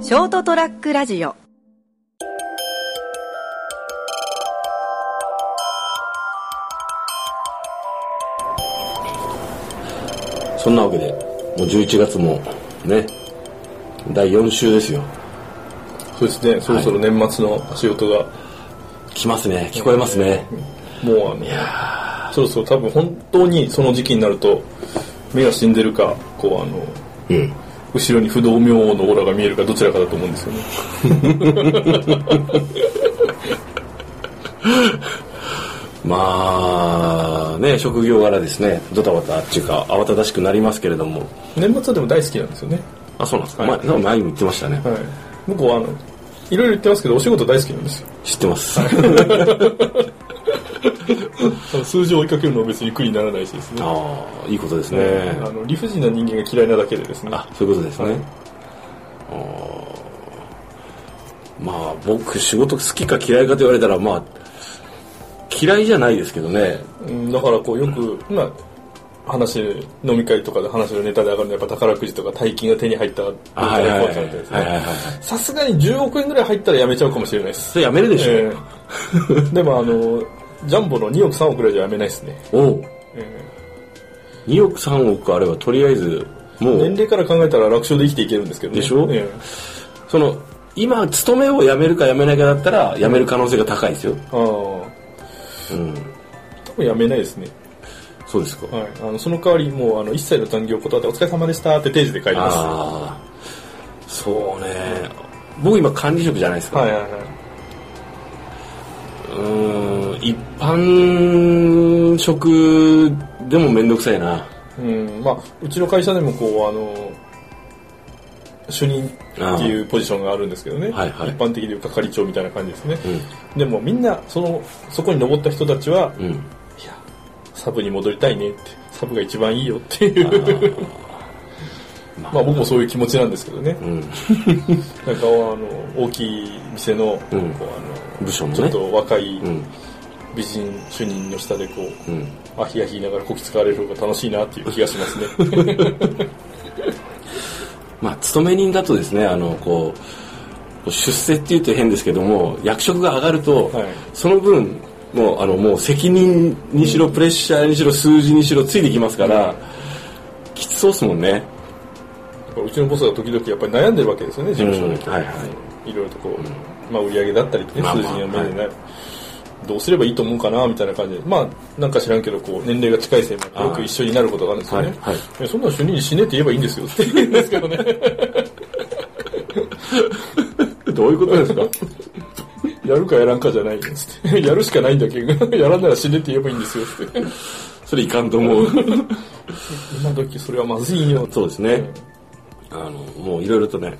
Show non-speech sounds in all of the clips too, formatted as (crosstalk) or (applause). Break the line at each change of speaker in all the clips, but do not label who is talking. ショートトラックラジオ
そんなわけで、もう11月もね、第4週ですよ。
そうですね、そろそろ年末の仕事が、
来ますね、聞こえますね。
もうあの、そろそろ多分本当にその時期になると、目が死んでるか、こうあの、
うん。
後ろに不動明王のオーラが見えるかどちらかだと思うんですよね。
まあ、ね、職業柄ですね、ドタバタっていうか、慌ただしくなりますけれども。
年末はでも大好きなんですよね。
あ、そうなんですか。
はい
前なんか前にも言ってましたね。
はい。僕はあの、いろいろ言ってますけど、お仕事大好きなんですよ。
知ってます。
あの数字を追いかけるのは別に苦にならないしですね。
(laughs) ああ、いいことですね。
あの理不尽な人間が嫌いなだけでですね。
あ、そういうことですね。
はい
あーまあ、僕、仕事好きか嫌いかと言われたら、まあ、嫌いじゃないですけどね。
うんだからこうよく、まあ、話飲み会とかで話のネタで上がるのはやっぱ宝くじとか大金が手に入った
あはいはいはい
み
はい
たいな
はいはい
ですねさすがに10億円ぐらい入ったらやめちゃうかもしれないです
それやめるでしょ。
ええでもあのジャンボの2億3億ぐらいじゃやめないですね、
おう。
え
2億3億あればとりあえずも
え年
う
齢から考えたら楽勝で生きていけるんですけど、ね、
でしょ
え
その今勤めを辞めるか辞めないかだったら辞める可能性が高いですよ、
えああ多
うん、
分やめないですね、
そうですか
はい、あのその代わりもうあの一切の残業を断ってお疲れ様でしたって定時で帰りますは
ああそうね僕今管理職じゃないです
い
か、
はいはいう
ーん一般職でも面倒くさいな
うんまあ、うちの会社でもこうあの主任っていうポジションがあるんですけどね、
ああはいはい
一般的に係長みたいな感じですね、
う
でもみんなそのそこに登った人たちは、
んうん
いやサブに戻りたいねってサブが一番いいよっていう (laughs) まあ僕もそういう気持ち (laughs) なんですけどね、
ん
なんかあの大きい店の,、
うん
こうあの
部署もね
ちょっと若い
うん
美人主任の下でこう、
うん
アヒアヒ言いながらこき使われる方が楽しいなっていう気がしますね (laughs)
まあ勤め人だとですねあのこうこう出世っていうと変ですけども役職が上がると、
はい
その分もうあのもう責任にしろ、プレッシャーにしろ数字にしろついてきますから、きつそうですもんね
うちのボスが時々やっぱり悩んでるわけですよね事務所で、
うんはいはい
いろいろとこう、まあ、売り上げだったりとね、
まあまあ
数字の面でね、どうすればいいと思うかなみたいな感じでまあなんか知らんけどこう年齢が近いせいもよく一緒になることがあるんですよね、
はいはい
えそんなの主任に死ねって言えばいいんですよって言うんですけどね
どういうことです
(laughs)
か
(laughs) やるかやらんかじゃないんですってやるしかないんだけど (laughs) やらんなら死ねって言えばいいんですよって (laughs)
それいかんと思う
今時それはまずいよ
そうですねあのもういろいろとね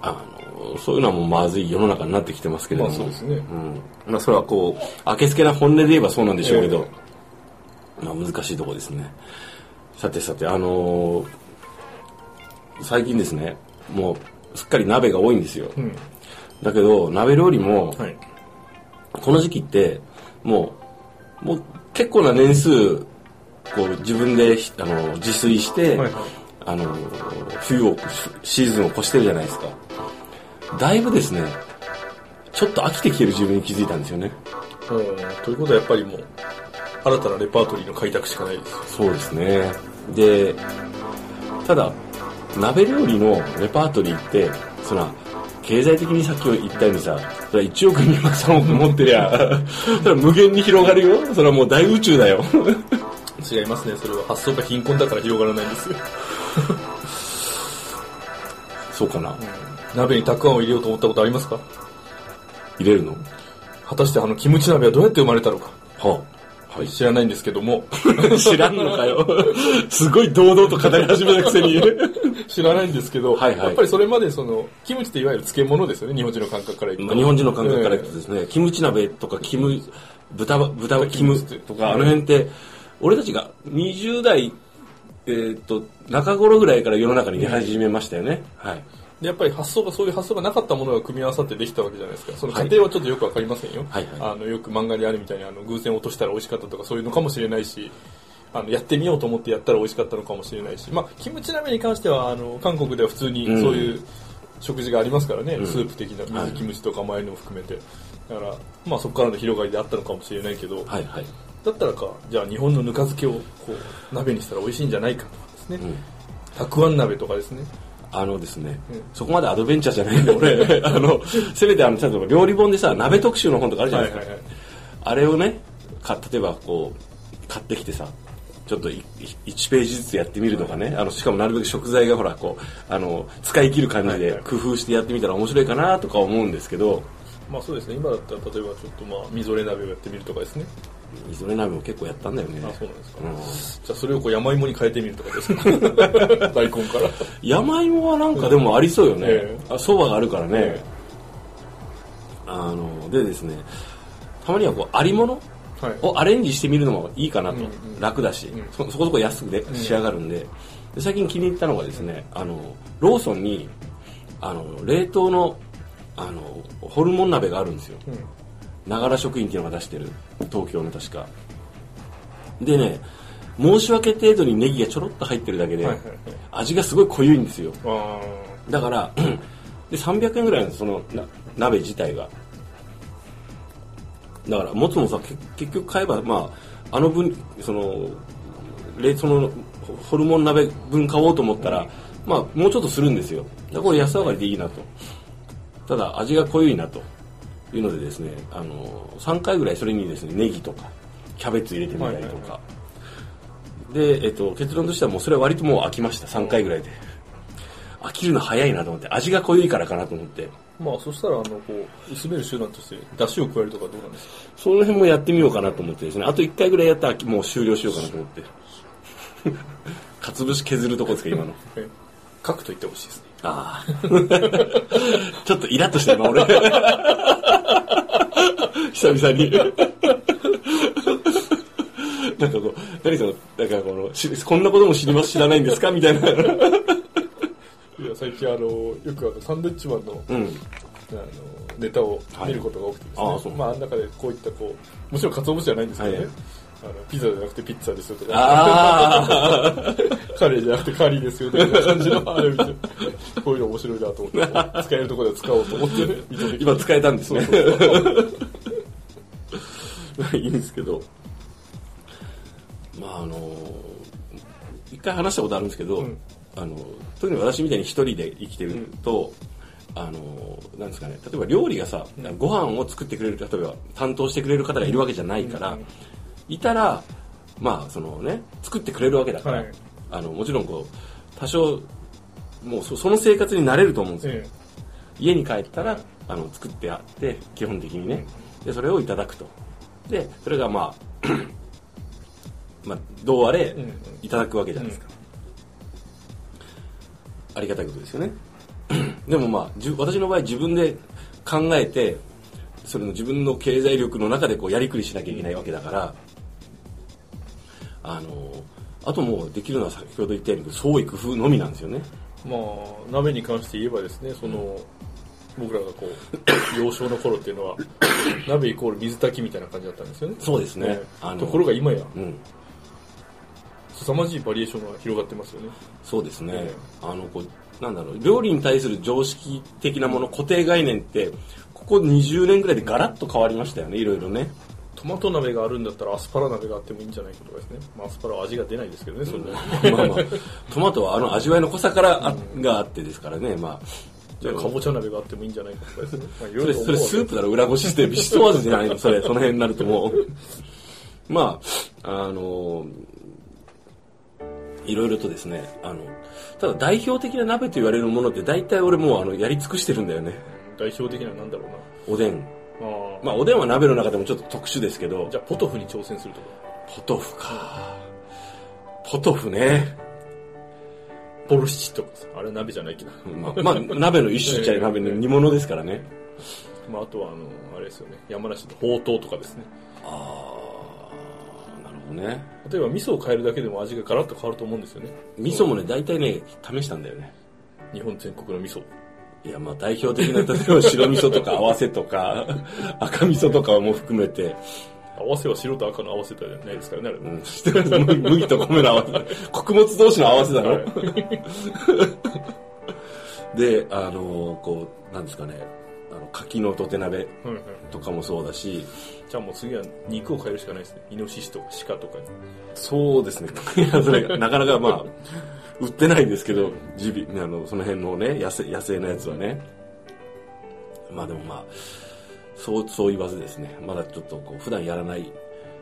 あのそういうのはもうまずい世の中になってきてますけれ
ま
ど
あ
も、
そうですね、
うんまあ、それはこうあけつけな本音で言えばそうなんでしょうけど、まあ、難しいところですねさてさてあのー最近ですねもうすっかり鍋が多いんですよ、
ん
だけど鍋料理も、
はい
この時期ってもうもう結構な年数こう自分でひあの自炊して、
はいはい
あの冬をシーズンを越してるじゃないですかだいぶですねちょっと飽きてきてる自分に気づいたんですよね
うんということはやっぱりもう新たなレパートリーの開拓しかないですよ
そうですねでただ鍋料理のレパートリーってそら経済的にさっき言ったようにさそれ1億2億3億持ってりゃそれは無限に広がるよそれはもう大宇宙だよ
違いますねそれは発想が貧困だから広がらないんですよ
そうかな、
(laughs) 鍋にたくあんを入れようと思ったことありますか
入れるの
果たしてあのキムチ鍋はどうやって生まれたのか
は
はい知らないんですけども (laughs)
あ、知らんのかよすごい堂々と語り始めたくせに
知らないんですけど、
はいはい
やっぱりそれまでそのキムチっていわゆる漬物ですよね日本人の感覚から言う
ま
と
あ日本人の感覚から言うと
え
ですね、キムチ鍋とかキム豚ば豚キムとかあの辺って俺たちが20代えーっと中頃ぐらいから世の中に出始めましたよね、はい
えでやっぱり発想がそういう発想がなかったものが組み合わさってできたわけじゃないですかその過程はちょっとよくわかりませんよ、
はいはい
あのよく漫画にあるみたいにあの偶然落としたら美味しかったとかそういうのかもしれないしあのやってみようと思ってやったら美味しかったのかもしれないし、まあ、キムチ鍋に関してはあの韓国では普通にそういう、食事がありますからね、
ん
スープ的な水キムチとかマヨネーも含めて、だからまあそこからの広がりであったのかもしれないけど、
はいはい。
だったらかじゃあ日本のぬか漬けをこう鍋にしたら美味しいんじゃないかとかですね、たくあん鍋とかですね
あのですね、
うん
そこまでアドベンチャーじゃないんで、俺、 (laughs) あの、せめてあの、ちゃんと料理本でさ、鍋特集の本とかあるじゃ
は
ない
い
です
は
か。
いはい
あれをね、買例えばこう、買ってきてさ、ちょっといい1ページずつやってみるとかね、あの、しかもなるべく食材がほら、こう、あの、使い切る感じ
はいは
で
い
工夫してやってみたら面白いかなとか思うんですけど、
まあそうですね今だったら例えばちょっとまあみぞれ鍋をやってみるとかですね
みぞれ鍋も結構やったんだよね。
あそうなんですか、
うん
じゃあそれをこう山芋に変えてみるとかです (laughs) ね大根から
山芋はなんかでもありそうよね
ええ
あそば、があるからね、
ええ
あのでですねたまにはこうありもの
はい
をアレンジしてみるのもいいかなと、
うんうん
楽だし、
ん
そそこそこ安くで仕上がるんで,、で最近気に入ったのがですねあのローソンにあの冷凍のあのホルモン鍋があるんですよ
うん
ながら職員っていうのが出してる東京の確かでね申し訳程度にネギがちょろっと入ってるだけで、
はいはいはい
味がすごい濃いんですよ
あー
だから、 (clears throat) で300円ぐらいなんですそのな鍋自体が。だから、もつもさ、け結局買えば、まあ、あの分、その、冷その、ホホルモン鍋分買おうと思ったら、まあ、もうちょっとするんですよ。だからこれ安上がりでいいなと。ただ、味が濃いなというのでですね、あの、3回ぐらいそれにですね、ネギとか、キャベツ入れてみたりとか。で、えっと、結論としてはもうそれは割ともう飽きました、3回ぐらいで。飽きるの早いなと思って、味が濃いからかなと思って。
まあそしたらあのこう薄める手段として出汁を加えるとかどうなんですか
その辺もやってみようかなと思ってですね。あと1回ぐらいやったらもう終了しようかなと思 (laughs) って。かつぶし削るとこですか、今の。
え書くと言ってほしいですね
ああ。 (laughs) ちょっとイラッとした今、俺。 (laughs) 久々に。 (laughs) なんかこう、何その、なんかこの、しこんなことも知ります、知らないんですかみたいな。
いや最近あのよくあのサンドイッチマンの
うん。
あのネタを見ることが多くてですね、
はいああそう
まああの中でこういったこうもちろん鰹節じゃないんですけどね、
はい
あのピザじゃなくてピッツァですよとか
ああ。
カレーじゃなくてカリーですよみたいな感じのあれを見てこういうの面白いなと思って使えるところで使おうと思ってね見てて
今使えたんですね
そうそうそ
(laughs)
う
いいんですけどまああの一回話したことあるんですけど、
うん
あの特に私みたいに一人で生きてると、あのなんですかね例えば料理がさ、ご飯を作ってくれる例えば担当してくれる方がいるわけじゃないから、
うん
いたらまあそのね作ってくれるわけだから、
はい
あのもちろんこう多少もうそその生活に慣れると思うんですよ、
え
家に帰ったらあの作ってあって基本的にねでそれをいただくとでそれがまあまあどうあれ
うんうん
いただくわけじゃないですか、ありがたいことですよね (clears throat) でもまあじゅ私の場合自分で考えてそれの自分の経済力の中でこうやりくりしなきゃいけないわけだから、あのあともうできるのは先ほど言ったように創意工夫のみなんですよね
えまあ鍋に関して言えばですねその、僕らがこう幼少の頃っていうのは鍋イコール水炊きみたいな感じだったんですよね
そうですね
ええ
あの
ところが今や
うん
凄まじいバリエーションが広がってますよね
そうですね、
ええ
あのこうなんだろう料理に対する常識的なもの固定概念ってここ20年ぐらいでガラッと変わりましたよねいろいろね
トマト鍋があるんだったらアスパラ鍋があってもいいんじゃないかとかですね、まあ、アスパラは味が出ないですけどねそれ
(laughs)
で、
まあ
(laughs)
まあトマトはあの味わいの濃さからあ、があってですからねまあ
じゃあかぼちゃ鍋があってもいいんじゃないかとかですね、まあ、いろ
そ
いろ
れ
思う
それ
わけ
スープだろ裏ごししてビシッと味じゃないのそれその辺になるともうまああのいろいろとですねあのただ代表的な鍋と言われるものって大体俺もうあのやり尽くしてるんだよね
代表的ななんだろうな
おでん
あ、
ま
ま
あ、おでんは鍋の中でもちょっと特殊ですけど
あ、じ、ゃあポトフに挑戦するとか
ポトフか。ポトフね。
ボルシチとかさあれ鍋じゃないけど、
まあ、まあ、鍋の一種っちゃ鍋の煮物ですからね。
まあ、あとはあのあれですよね山梨のほうとうとかですね
あー、なるほどね。
例えば味噌を変えるだけでも味がガラッと変わると思うんですよね
味噌もね、大体ね、試したんだよね。
日本全国の味噌
いや、まあ代表的な、例えば白味噌とか合わせとか、赤味噌とかも含めて、
合わせは白と赤の合わせたじゃないですからねあれ、
うん、 (laughs) 知ってます麦麦と米の合わせ。穀物同士の合わせだろ。であのこうなんですかねあの柿の土手鍋
うんうん、
とかもそうだし
じゃあもう次は肉を変えるしかないですねイノシシとか鹿とかに
そうですね (laughs) いやそれがなかなかまあ売ってないんですけどジビあのその辺のね野生野生のやつはねまあでもまあそうそう言わずですねまだちょっとこう普段やらない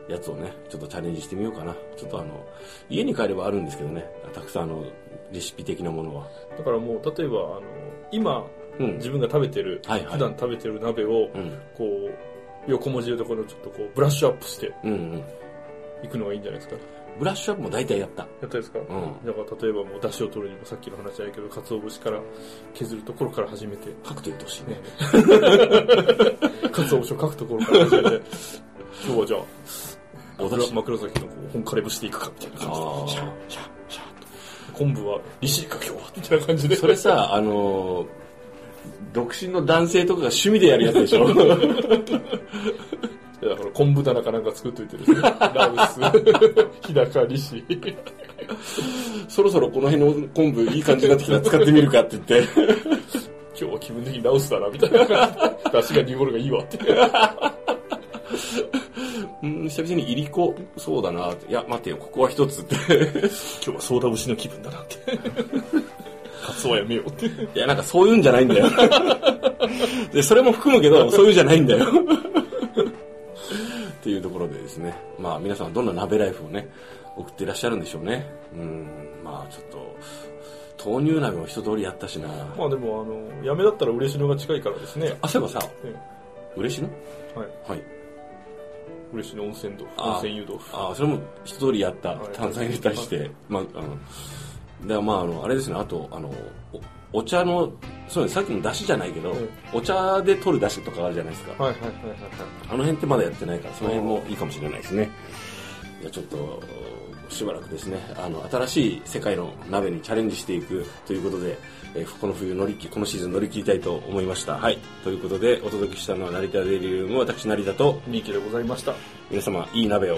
やつをねちょっとチャレンジしてみようかなちょっとあの家に帰ればあるんですけどねたくさんあのレシピ的なものは
だからもう例えばあの今
うん
自分が食べてる、
はいはい
普段食べてる鍋を
うん
こう横文字のところをちょっとこうブラッシュアップして
うんうん
いくのがいいんじゃないですかや
ブラッシュアップも大体やった
ったですか、
ん
だから例えばもう出汁を取るにもさっきの話じゃないけど鰹節から削るところから始めて (laughs)
白と言ってほしいね
ね鰹節を書くところから始めて (laughs) 今日はじゃあ
お出
枕
汁
枕崎のこう本枯れ節でいくかみたいな感
あ
じでシャッ
あ
シャッシャッと昆布は利尻か今日はみたいな感じで
それさあのー独身の男性とかが趣味でやるやつでしょ
(laughs) いやだから昆布棚かなんか作っといてるんですよラウス、日 (laughs) 高、利子。
そろそろこの辺の昆布いい感じになってきたら使ってみるかって言って
今日は気分的にラウスだな、みたいな。出汁が濁るがいいわって。
うん久々にいりこそうだなっていや待てよここは一つって
今日はソーダ節の気分だ (laughs) なって。カツオはやめようって。
いやなんかそういうんじゃないんだ
(laughs)
よでそれも含むけどそういうんじゃないんだよっていうところでですねまあ皆さんはどんな鍋ライフをね送っていらっしゃるんでしょうねうんまあちょっと豆乳鍋も一通りやったしな
まあでも、あの、やめだったら嬉しのが近いからですね。
あそういえばさ
ね
嬉しいの
はい。
はい
嬉しの温泉豆腐、
あ
温泉湯豆腐。
ああそれも一通りやった
はい
炭酸入れたりしてまああのでまああのあれですねあとあのおお茶のそうですさっきの出汁じゃないけど、
うん
お茶で取る出汁とかあるじゃないですか、
はいはいはいはい
あの辺ってまだやってないからその辺もいいかもしれないですねいやちょっとしばらくですねあの新しい世界の鍋にチャレンジしていくということで、えーこの冬乗り切このシーズン乗り切りたいと思いましたはいということでお届けしたのは成田デリウム私成田と
はい。ミーケでございました。
皆様いい鍋を